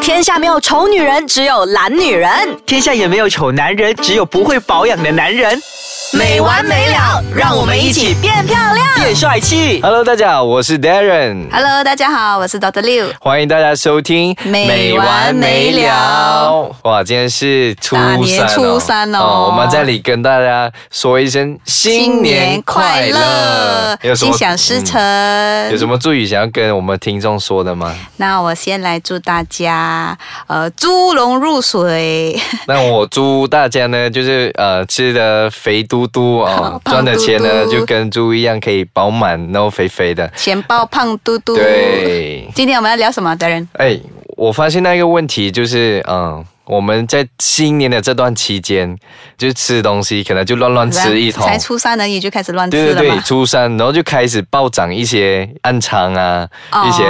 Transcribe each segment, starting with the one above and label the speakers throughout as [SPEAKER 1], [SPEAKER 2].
[SPEAKER 1] 天下没有丑女人，只有懒女人。
[SPEAKER 2] 天下也没有丑男人，只有不会保养的男人。
[SPEAKER 1] 没完没了，让我们一起变漂亮。
[SPEAKER 2] 变帅气。
[SPEAKER 3] Hello，大家好，我是 Darren，
[SPEAKER 4] Hello，大家好，我是 Doctor Liu。
[SPEAKER 3] 欢迎大家收听
[SPEAKER 4] 没完没了。
[SPEAKER 3] 哇，今天是初三、
[SPEAKER 4] 大
[SPEAKER 3] 哦，
[SPEAKER 4] 年初三哦
[SPEAKER 3] 我们在这里跟大家说一声新年快乐，有什
[SPEAKER 4] 心
[SPEAKER 3] 么
[SPEAKER 4] 想事成、
[SPEAKER 3] 嗯有什么祝语想要跟我们听众说的 吗？
[SPEAKER 4] 那我先来祝大家，呃，猪龙 入水，
[SPEAKER 3] 那我祝大家呢，就是呃吃的肥嘟嘟哦
[SPEAKER 4] 好，胖
[SPEAKER 3] 赚的钱呢
[SPEAKER 4] 嘟嘟
[SPEAKER 3] 就跟猪一样可以饱满，然后肥肥的。
[SPEAKER 4] 钱包胖嘟嘟。，
[SPEAKER 3] 对，
[SPEAKER 4] 今天我们要聊什么的人？
[SPEAKER 3] 哎，我发现那个问题就是，嗯，我们在新年的这段期间，就吃东西可能就乱乱吃一通。
[SPEAKER 4] 才初三而已就开始乱
[SPEAKER 3] 对
[SPEAKER 4] 吃了
[SPEAKER 3] 对对，
[SPEAKER 4] 嘛。
[SPEAKER 3] 初三，然后就开始暴涨一些暗肠啊，
[SPEAKER 4] 哦
[SPEAKER 3] 一些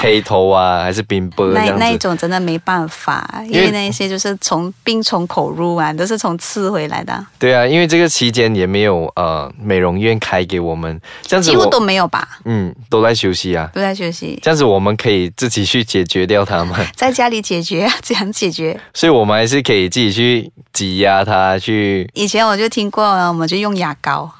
[SPEAKER 3] 黑头啊，还是冰波这
[SPEAKER 4] 那
[SPEAKER 3] 样
[SPEAKER 4] 那一
[SPEAKER 3] 子。
[SPEAKER 4] 种真的没办法，因
[SPEAKER 3] 因为
[SPEAKER 4] 为那一些就是从病从口入啊，都是从刺回来的，
[SPEAKER 3] 对啊，因为这个期间也没有呃美容院开给我们，这样子
[SPEAKER 4] 几乎
[SPEAKER 3] 我
[SPEAKER 4] 都没有吧，
[SPEAKER 3] 嗯都在休息啊，
[SPEAKER 4] 都在休息，
[SPEAKER 3] 这样子我们可以自己去解决掉它们。
[SPEAKER 4] 在家里解决，啊怎样解决？
[SPEAKER 3] 所以我们还是可以自己去挤压它，去
[SPEAKER 4] 以前我就听过，我们就用牙膏，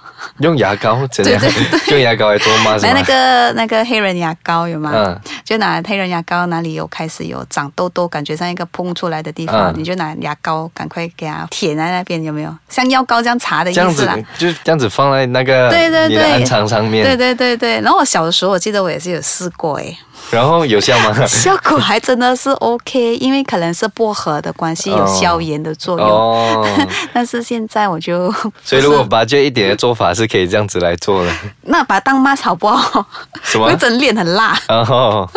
[SPEAKER 3] 用牙膏怎样？
[SPEAKER 4] 对
[SPEAKER 3] 用牙膏来做吗？是吗
[SPEAKER 4] 来哎那个那个黑人牙膏有吗？
[SPEAKER 3] 嗯
[SPEAKER 4] 就拿黑人牙膏，哪里有开始有长痘痘，感觉像一个碰出来的地方，
[SPEAKER 3] 嗯
[SPEAKER 4] 你就拿牙膏赶快给它舔在那边，有没有？像药膏这样擦的意
[SPEAKER 3] 这样
[SPEAKER 4] 思
[SPEAKER 3] 子
[SPEAKER 4] 啦。
[SPEAKER 3] 就是这样子放在那个
[SPEAKER 4] 对对
[SPEAKER 3] 你的
[SPEAKER 4] 对
[SPEAKER 3] 暗肠上面，
[SPEAKER 4] 对对对对，然后我小的时候我记得我也是有试过哎诶，
[SPEAKER 3] 然后有效吗？
[SPEAKER 4] 效果还真的是 OK，因为可能是薄荷的关 系，有
[SPEAKER 3] 哦
[SPEAKER 4] 消炎的作用。
[SPEAKER 3] 哦，
[SPEAKER 4] 但是现在我就
[SPEAKER 3] 所以如果把这一点的做法是可以这样子来做 的，
[SPEAKER 4] 那把它当 mask 好不好？
[SPEAKER 3] 什么
[SPEAKER 4] 我？整脸很辣。
[SPEAKER 3] 然后哦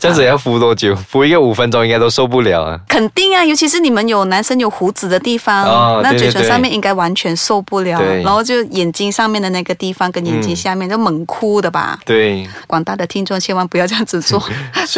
[SPEAKER 3] 这样子要敷多久？敷一个五分钟应该都受不了啊！
[SPEAKER 4] 肯定啊，尤其是你们有男生有胡子的地方，
[SPEAKER 3] 哦
[SPEAKER 4] 那
[SPEAKER 3] 对对
[SPEAKER 4] 嘴唇
[SPEAKER 3] 对
[SPEAKER 4] 上面应该完全受不了
[SPEAKER 3] 对，
[SPEAKER 4] 然后就眼睛上面的那个地方跟眼睛下面就猛哭的吧。
[SPEAKER 3] 对，
[SPEAKER 4] 广大的听众千万不要这样子 做，
[SPEAKER 3] 所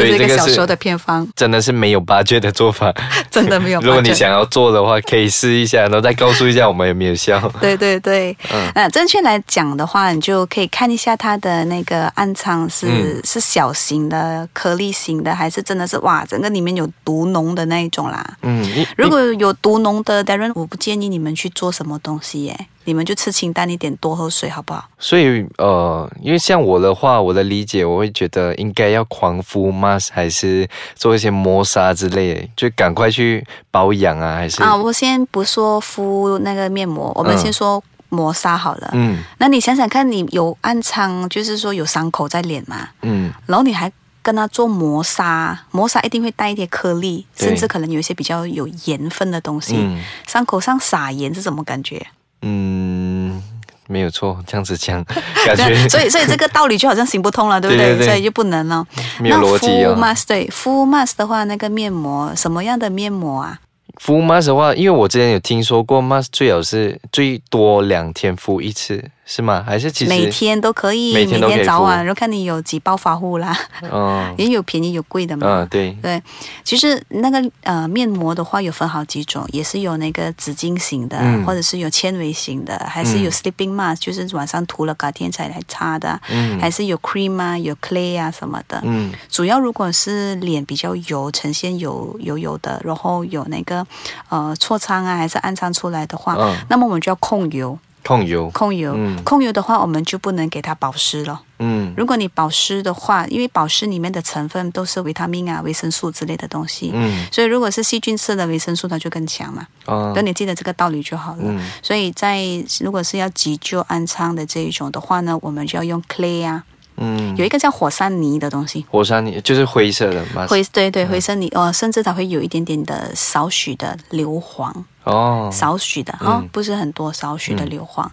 [SPEAKER 4] 这
[SPEAKER 3] 以
[SPEAKER 4] 是一
[SPEAKER 3] 这个是
[SPEAKER 4] 个小时候的偏方，
[SPEAKER 3] 真的是没有八戒的做法。
[SPEAKER 4] 真的没有 budget。
[SPEAKER 3] 如果你想要做的话，可以试一下，然后再告诉一下我们有没有效。
[SPEAKER 4] 对对对，嗯、正确来讲的话，你就可以看一下它的那个暗疮是、
[SPEAKER 3] 嗯
[SPEAKER 4] 是小型的、颗粒型的，还是真的是哇，整个里面有毒脓的那一种啦。
[SPEAKER 3] 嗯，你
[SPEAKER 4] 如果有毒脓的 d a r e n 我不建议你们去做什么东西耶，你们就吃清淡一点，多喝水好不好？
[SPEAKER 3] 所以呃，因为像我的话，我的理解我会觉得应该要狂敷 mask，还是做一些磨砂之类的，就赶快去保养啊，还是
[SPEAKER 4] 啊，我先不说敷那个面膜，我们
[SPEAKER 3] 嗯
[SPEAKER 4] 先说磨砂好了。
[SPEAKER 3] 嗯
[SPEAKER 4] 那你想想看，你有暗疮，就是说有伤口在脸嘛，
[SPEAKER 3] 嗯
[SPEAKER 4] 然后你还跟它做磨砂，磨砂一定会带一些颗粒，
[SPEAKER 3] 对
[SPEAKER 4] 甚至可能有一些比较有盐分的东西。
[SPEAKER 3] 嗯
[SPEAKER 4] 伤口上撒盐是什么感觉？
[SPEAKER 3] 嗯，没有错，这样子讲，感觉
[SPEAKER 4] 对，所以所以这个道理就好像行不通了，对不对？
[SPEAKER 3] 对对对
[SPEAKER 4] 所以就不能了。
[SPEAKER 3] 没有逻辑
[SPEAKER 4] 那敷
[SPEAKER 3] 啊。
[SPEAKER 4] mask 对敷 mask 的话，那个面膜什么样的面膜啊？
[SPEAKER 3] 敷 mask 的话，因为我之前有听说过 mask 最好是最多两天敷一次，是吗？还是其实
[SPEAKER 4] 每天都可以，
[SPEAKER 3] 每天都可以
[SPEAKER 4] 早
[SPEAKER 3] 敷
[SPEAKER 4] 晚，然后看你有几包发护啦，
[SPEAKER 3] 嗯
[SPEAKER 4] 也有便宜有贵的嘛。
[SPEAKER 3] 嗯对
[SPEAKER 4] 对，其实那个呃面膜的话有分好几种，也是有那个纸巾型的，
[SPEAKER 3] 嗯
[SPEAKER 4] 或者是有纤维型的，还是有 sleeping mask，、就是晚上涂了隔天才来擦的，
[SPEAKER 3] 嗯
[SPEAKER 4] 还是有 cream 啊，有 clay 啊什么的。
[SPEAKER 3] 嗯
[SPEAKER 4] 主要如果是脸比较油，呈现油油油的，然后有那个呃痤疮啊还是暗疮出来的话，
[SPEAKER 3] 嗯
[SPEAKER 4] 那么我们就要控油，
[SPEAKER 3] 控油
[SPEAKER 4] 控油，
[SPEAKER 3] 嗯
[SPEAKER 4] 控油的话我们就不能给它保湿了。
[SPEAKER 3] 嗯
[SPEAKER 4] 如果你保湿的话，因为保湿里面的成分都是维他命啊、维生素之类的东西，
[SPEAKER 3] 嗯
[SPEAKER 4] 所以如果是细菌式的维生素，它就更强嘛。
[SPEAKER 3] 啊
[SPEAKER 4] 那、你记得这个道理就好了。
[SPEAKER 3] 嗯
[SPEAKER 4] 所以在如果是要急救安仓的这一种的话呢，我们就要用 clay 啊，
[SPEAKER 3] 嗯
[SPEAKER 4] 有一个叫火山泥的东西。
[SPEAKER 3] 火山泥就是灰色的 mask
[SPEAKER 4] 灰对
[SPEAKER 3] 嗯
[SPEAKER 4] 对灰色泥哦，甚至它会有一点点的少许的硫磺，
[SPEAKER 3] 哦
[SPEAKER 4] 少许的哈、
[SPEAKER 3] 嗯
[SPEAKER 4] 不是很多，少许的硫磺、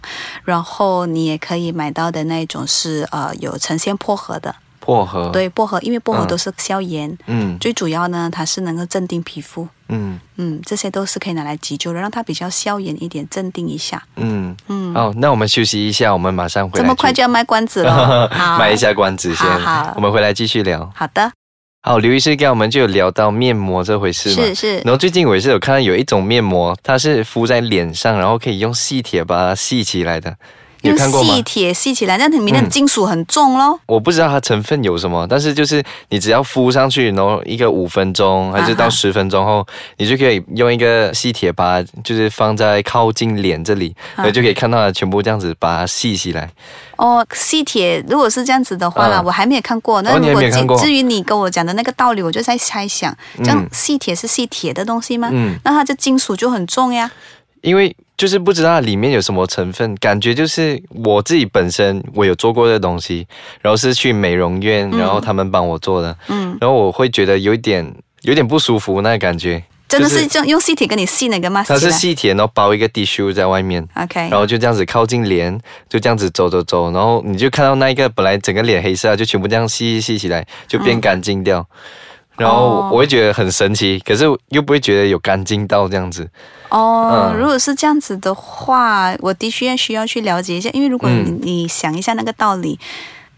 [SPEAKER 4] 然后你也可以买到的那一种是呃有呈现薄荷的，
[SPEAKER 3] 薄荷
[SPEAKER 4] 对薄荷，因为薄荷
[SPEAKER 3] 嗯
[SPEAKER 4] 都是消炎、
[SPEAKER 3] 嗯
[SPEAKER 4] 最主要呢它是能够镇定皮肤，
[SPEAKER 3] 嗯
[SPEAKER 4] 嗯，这些都是可以拿来急救的，让它比较消炎一点，镇定一下。
[SPEAKER 3] 嗯嗯，哦，那我们休息一下，我们马上回来。
[SPEAKER 4] 这么快就要卖关子了，好
[SPEAKER 3] 买一下关子先，
[SPEAKER 4] 好好
[SPEAKER 3] 我们回来继续聊。
[SPEAKER 4] 好的，
[SPEAKER 3] 好，刘医师刚才我们就有聊到面膜这回事嘛，
[SPEAKER 4] 是是
[SPEAKER 3] 然后最近我也是有看到有一种面膜，它是敷在脸上，然后可以用细铁把它细起来的，有
[SPEAKER 4] 用
[SPEAKER 3] 看过吗嗯
[SPEAKER 4] 细？铁细起来，那里面的金属很重咯。
[SPEAKER 3] 我不知道它成分有什么，但是就是你只要敷上去，然后一个五分钟还是
[SPEAKER 4] 啊
[SPEAKER 3] 到
[SPEAKER 4] 哈
[SPEAKER 3] 十分钟后，你就可以用一个细铁把它就是放在靠近脸这里，
[SPEAKER 4] 啊
[SPEAKER 3] 然后就可以看到它全部这样子把它细起来。
[SPEAKER 4] 哦，细铁如果是这样子的话啦，
[SPEAKER 3] 嗯
[SPEAKER 4] 我还没有看过。那
[SPEAKER 3] 哦你还
[SPEAKER 4] 如果
[SPEAKER 3] 没有看过
[SPEAKER 4] 至至于你跟我讲的那个道理，我就在猜想，这样
[SPEAKER 3] 嗯
[SPEAKER 4] 细铁是细铁的东西吗？
[SPEAKER 3] 嗯，
[SPEAKER 4] 那它的金属就很重呀。
[SPEAKER 3] 因为就是不知道它里面有什么成分，感觉就是我自己本身我有做过这东西，然后是去美容院，然后他们帮我做的，
[SPEAKER 4] 嗯，
[SPEAKER 3] 然后我会觉得有一点有点不舒服那个感觉，
[SPEAKER 4] 真的是
[SPEAKER 3] 就
[SPEAKER 4] 用用细铁跟你细那个 mask
[SPEAKER 3] 它
[SPEAKER 4] 起
[SPEAKER 3] 是
[SPEAKER 4] 来。啊
[SPEAKER 3] 细铁，然后包一个 T 恤在外面。
[SPEAKER 4] OK，
[SPEAKER 3] 然后就这样子靠近脸，就这样子走走走，然后你就看到那一个本来整个脸黑色啊，就全部这样吸吸起来，就变干净掉。然后
[SPEAKER 4] 哦
[SPEAKER 3] 我会觉得很神奇，可是又不会觉得有干净到这样子。
[SPEAKER 4] 哦，
[SPEAKER 3] 嗯
[SPEAKER 4] 如果是这样子的话，我的确需要去了解一下，因为如果你、
[SPEAKER 3] 嗯
[SPEAKER 4] 你想一下那个道理，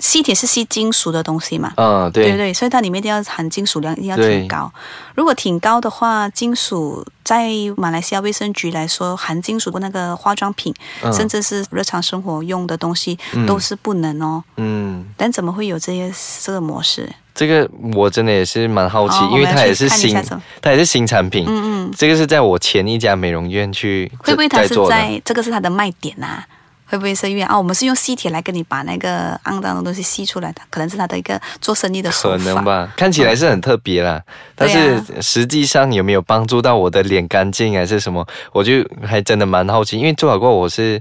[SPEAKER 4] 吸铁是吸金属的东西嘛，
[SPEAKER 3] 嗯，
[SPEAKER 4] 对不对？所以它里面一定要含金属量一定要
[SPEAKER 3] 对
[SPEAKER 4] 挺高。如果挺高的话，金属在马来西亚卫生局来说，含金属的那个化妆品，
[SPEAKER 3] 嗯
[SPEAKER 4] 甚至是日常生活用的东西、都是不能哦。
[SPEAKER 3] 嗯，
[SPEAKER 4] 但怎么会有这些这个模式？
[SPEAKER 3] 这个我真的也是蛮好奇，
[SPEAKER 4] 哦
[SPEAKER 3] 因为它也是
[SPEAKER 4] 我们要去看一
[SPEAKER 3] 新
[SPEAKER 4] 下什么，
[SPEAKER 3] 它也是新产品。
[SPEAKER 4] 嗯嗯，
[SPEAKER 3] 这个是在我前一家美容院去
[SPEAKER 4] 会不会它
[SPEAKER 3] 在
[SPEAKER 4] 是
[SPEAKER 3] 做的。
[SPEAKER 4] 在这个是它的卖点啊？会不会是因为啊，我们是用吸铁来跟你把那个肮脏的东西吸出来的？可能是它的一个做生意的手
[SPEAKER 3] 可
[SPEAKER 4] 法。
[SPEAKER 3] 能吧，看起来是很特别啦，但
[SPEAKER 4] 对啊
[SPEAKER 3] 是实际上有没有帮助到我的脸干净还是什么，我就还真的蛮好奇，因为做好过我是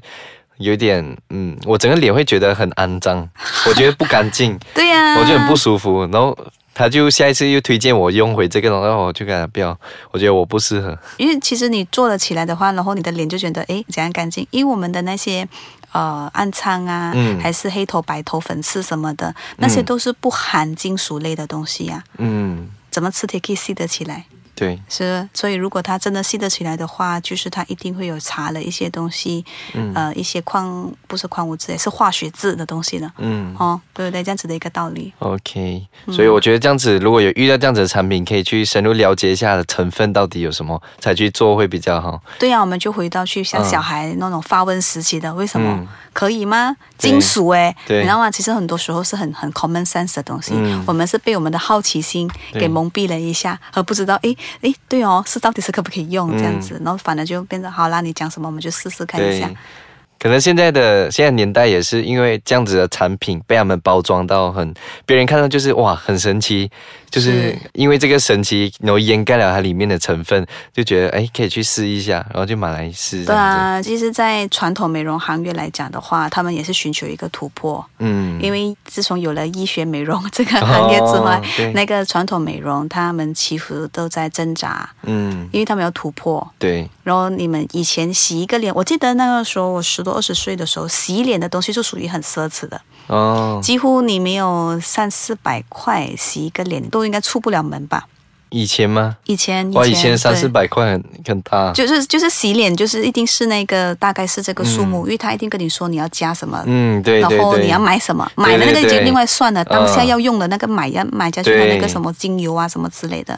[SPEAKER 3] 有点，嗯，我整个脸会觉得很肮 脏，我觉得不干净，
[SPEAKER 4] 对呀、
[SPEAKER 3] 我就很不舒服，然后。他就下一次又推荐我用回这个东西，然后我就跟他不要，我觉得我不适合。
[SPEAKER 4] 因为其实你做了起来的话，然后你的脸就觉得诶怎样干净？因为我们的那些呃暗疮啊，
[SPEAKER 3] 嗯
[SPEAKER 4] 还是黑头、白头、粉刺什么的，那些都是不含金属类的东西呀、
[SPEAKER 3] 嗯，
[SPEAKER 4] 怎么吃铁可以吸得起来？
[SPEAKER 3] 对，
[SPEAKER 4] 是，所以如果它真的吸得起来的话，就是它一定会有查了一些东西，
[SPEAKER 3] 嗯
[SPEAKER 4] 呃，一些矿不是矿物质，也是化学质的东西呢。
[SPEAKER 3] 嗯
[SPEAKER 4] 哦，对不对？这样子的一个道理。
[SPEAKER 3] ，OK。所以
[SPEAKER 4] 嗯
[SPEAKER 3] 我觉得这样子，如果有遇到这样子的产品，可以去深入了解一下它的成分到底有什么，才去做会比较好。
[SPEAKER 4] 对呀、我们就回到去像
[SPEAKER 3] 嗯
[SPEAKER 4] 小孩那种发问时期的，为什么、
[SPEAKER 3] 嗯
[SPEAKER 4] 可以吗？
[SPEAKER 3] 对
[SPEAKER 4] 金属哎、
[SPEAKER 3] 对
[SPEAKER 4] 你知道吗？其实很多时候是很很 common sense 的东西，
[SPEAKER 3] 嗯
[SPEAKER 4] 我们是被我们的好奇心
[SPEAKER 3] 对
[SPEAKER 4] 给蒙蔽了一下，而不知道诶诶，对哦，是到底是可不可以用这样
[SPEAKER 3] 嗯
[SPEAKER 4] 子，然后反而就变成好啦，你讲什么我们就试试看一
[SPEAKER 3] 对，
[SPEAKER 4] 下。
[SPEAKER 3] 可能现在的现在年代也是因为这样子的产品被他们包装到很，别人看到就是哇很神奇，就是
[SPEAKER 4] 是
[SPEAKER 3] 因为这个神奇，然后掩盖了它里面的成分，就觉得哎可以去试一下，然后就买来试。
[SPEAKER 4] 对
[SPEAKER 3] 这样子，
[SPEAKER 4] 啊，其实，在传统美容行业来讲的话，他们也是寻求一个突破，
[SPEAKER 3] 嗯，
[SPEAKER 4] 因为自从有了医学美容这个行业之外，
[SPEAKER 3] 哦对
[SPEAKER 4] 那个传统美容他们其实都在挣扎，
[SPEAKER 3] 嗯
[SPEAKER 4] 因为他们要突破。
[SPEAKER 3] 对
[SPEAKER 4] 然后你们以前洗一个脸，我记得那个时候我十多二十岁的时候，洗脸的东西就属于很奢侈的，
[SPEAKER 3] 哦，
[SPEAKER 4] 几乎你没有三四百块洗一个脸，都应该出不了门吧？
[SPEAKER 3] 以前吗？
[SPEAKER 4] 以前
[SPEAKER 3] 哇，以前三四。
[SPEAKER 4] 对
[SPEAKER 3] 百块很很大，
[SPEAKER 4] 就是就是洗脸，就是一定是那个大概是这个数目，因为他一定跟你说你要加什么，
[SPEAKER 3] 嗯对对
[SPEAKER 4] 然后
[SPEAKER 3] 对，
[SPEAKER 4] 你要买什么，
[SPEAKER 3] 对对
[SPEAKER 4] 买的那个已
[SPEAKER 3] 对
[SPEAKER 4] 经另外算了，当下
[SPEAKER 3] 嗯
[SPEAKER 4] 要用的那个买要买下去的
[SPEAKER 3] 对
[SPEAKER 4] 那个什么精油啊什么之类的，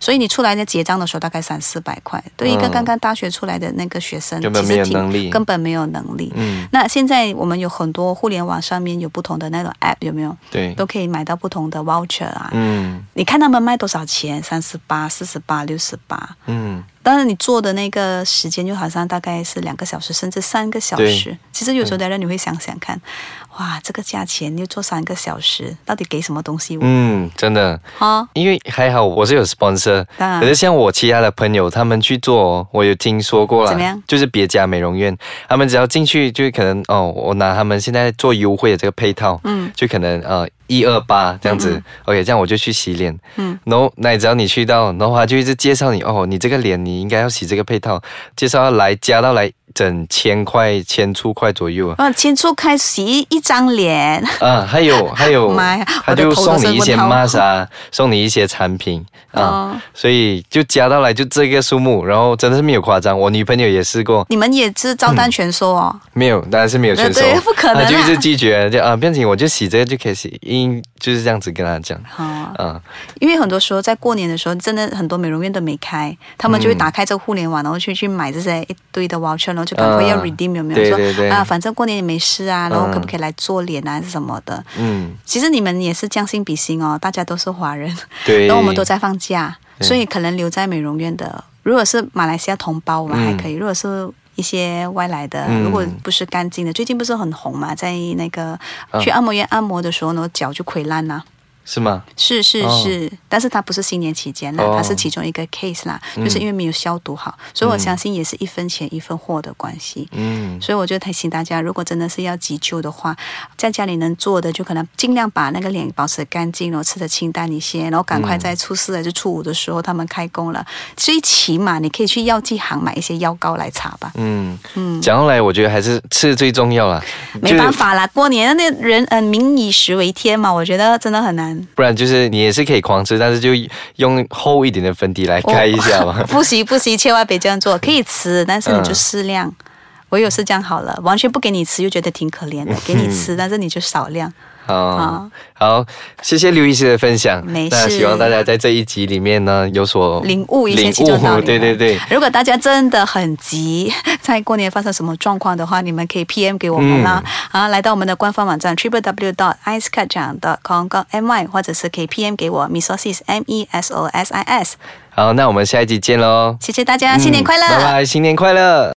[SPEAKER 4] 所以你出来在结账的时候大概三四百块，对一个
[SPEAKER 3] 嗯
[SPEAKER 4] 刚刚大学出来的那个学生，
[SPEAKER 3] 根本
[SPEAKER 4] 其实
[SPEAKER 3] 没有
[SPEAKER 4] 挺
[SPEAKER 3] 能力
[SPEAKER 4] 根本没有能力。
[SPEAKER 3] 嗯
[SPEAKER 4] 那现在我们有很多互联网上面有不同的那种 app，有没有？
[SPEAKER 3] 对
[SPEAKER 4] 都可以买到不同的 voucher 啊。
[SPEAKER 3] 嗯
[SPEAKER 4] 你看他们卖多少钱？三十八、四十八、六十八。
[SPEAKER 3] 嗯
[SPEAKER 4] 当然，你做的那个时间就好像大概是两个小时，甚至三个小时
[SPEAKER 3] 对。嗯
[SPEAKER 4] 其实有时候的人你会想想看，哇，这个价钱你又做三个小时，到底给什么东西我？
[SPEAKER 3] 嗯，真的。
[SPEAKER 4] 哈、
[SPEAKER 3] 因为还好我是有 sponsor，
[SPEAKER 4] 当然
[SPEAKER 3] 可是像我其他的朋友他们去做哦，我有听说过啦，
[SPEAKER 4] 怎么样
[SPEAKER 3] 就是别家美容院，他们只要进去就可能哦，我拿他们现在做优惠的这个配套，
[SPEAKER 4] 嗯
[SPEAKER 3] 就可能呃一二八这样子、o k 这样我就去洗脸，
[SPEAKER 4] 嗯，
[SPEAKER 3] 然后那只要你去到，然后他就一直介绍你哦，你这个脸你应该要洗这个配套，介绍来加到来整千块千出块左右啊。
[SPEAKER 4] 啊，先做开洗一一张脸，
[SPEAKER 3] 啊，还有还有
[SPEAKER 4] 妈呀，
[SPEAKER 3] 他就
[SPEAKER 4] 我的头
[SPEAKER 3] 送
[SPEAKER 4] 都
[SPEAKER 3] 你一些
[SPEAKER 4] 是问号
[SPEAKER 3] mask 啊，送你一些产品啊，
[SPEAKER 4] 哦
[SPEAKER 3] 所以就加到来就这个数目，然后真的是没有夸张，我女朋友也试过，
[SPEAKER 4] 你们也是 照单全收哦。
[SPEAKER 3] 没有，当然是没有全收，
[SPEAKER 4] 对不可能啊
[SPEAKER 3] 她就一直拒绝，就啊，不行，我就洗这个就可以洗，因就是这样子跟她讲，
[SPEAKER 4] 哦，
[SPEAKER 3] 啊，
[SPEAKER 4] 因为很多时候在过年的时候，真的很多美容院都没开，他们就会打开这个互联网，然后去去买这些一堆的 voucher，然后后就赶快要
[SPEAKER 3] 啊
[SPEAKER 4] redeem 有没有？
[SPEAKER 3] 对对对
[SPEAKER 4] 说啊，反正过年也没事啊，然后
[SPEAKER 3] 嗯
[SPEAKER 4] 可不可以来做脸啊，还是什么的？
[SPEAKER 3] 嗯，
[SPEAKER 4] 其实你们也是将心比心哦，大家都是华人，
[SPEAKER 3] 对，
[SPEAKER 4] 然后我们都在放假，
[SPEAKER 3] 对
[SPEAKER 4] 所以可能留在美容院的，如果是马来西亚同胞，我们还可以；如果是一些外来的，
[SPEAKER 3] 嗯
[SPEAKER 4] 如果不是干净的，最近不是很红嘛，在那个
[SPEAKER 3] 嗯
[SPEAKER 4] 去按摩院按摩的时候呢，脚就溃烂啦。
[SPEAKER 3] 是吗？
[SPEAKER 4] 是是
[SPEAKER 3] 哦
[SPEAKER 4] 是，但是它不是新年期间啦，
[SPEAKER 3] 哦
[SPEAKER 4] 它是其中一个 case 啦，就是因为没有消毒好，所以我相信也是一分钱一分货的关系。
[SPEAKER 3] 嗯，
[SPEAKER 4] 所以我就提醒大家，如果真的是要急救的话，在家里能做的就可能尽量把那个脸保持干净，然后吃的清淡一些，然后赶快
[SPEAKER 3] 嗯
[SPEAKER 4] 在初四还是初五的时候他们开工了，最起码你可以去药剂行买一些药膏来擦吧。
[SPEAKER 3] 嗯嗯，讲到来，我觉得还是吃最重要啦，
[SPEAKER 4] 没办，法啦，过年那人嗯民以食为天嘛，我觉得真的很难。
[SPEAKER 3] 不然就是你也是可以狂吃，但是就用厚一点的粉底来盖一下嘛。
[SPEAKER 4] 不行不行，千万别这样做。可以吃，但是你就适量。
[SPEAKER 3] 嗯
[SPEAKER 4] 我有是这样好了，完全不给你吃又觉得挺可
[SPEAKER 3] 嗯
[SPEAKER 4] 怜的，给你吃，但是你就少量。
[SPEAKER 3] 好，好，谢谢刘医师的分享。
[SPEAKER 4] 没
[SPEAKER 3] 那
[SPEAKER 4] 事
[SPEAKER 3] 希望大家在这一集里面呢有所
[SPEAKER 4] 领悟一些
[SPEAKER 3] 领
[SPEAKER 4] 其中道
[SPEAKER 3] 悟，
[SPEAKER 4] 理。
[SPEAKER 3] 对对对。
[SPEAKER 4] 如果大家真的很急，在过年发生什么状况的话，你们可以 PM 给我们啦。
[SPEAKER 3] 嗯
[SPEAKER 4] 啊，来到我们的官方网站 triple w dot icecat 长 dot com dot my，或者是可以 PM 给我 misosis m e s o s i s。
[SPEAKER 3] 好，那我们下一集见喽。嗯
[SPEAKER 4] 谢谢大家，新年快乐！
[SPEAKER 3] 嗯拜拜，新年快乐。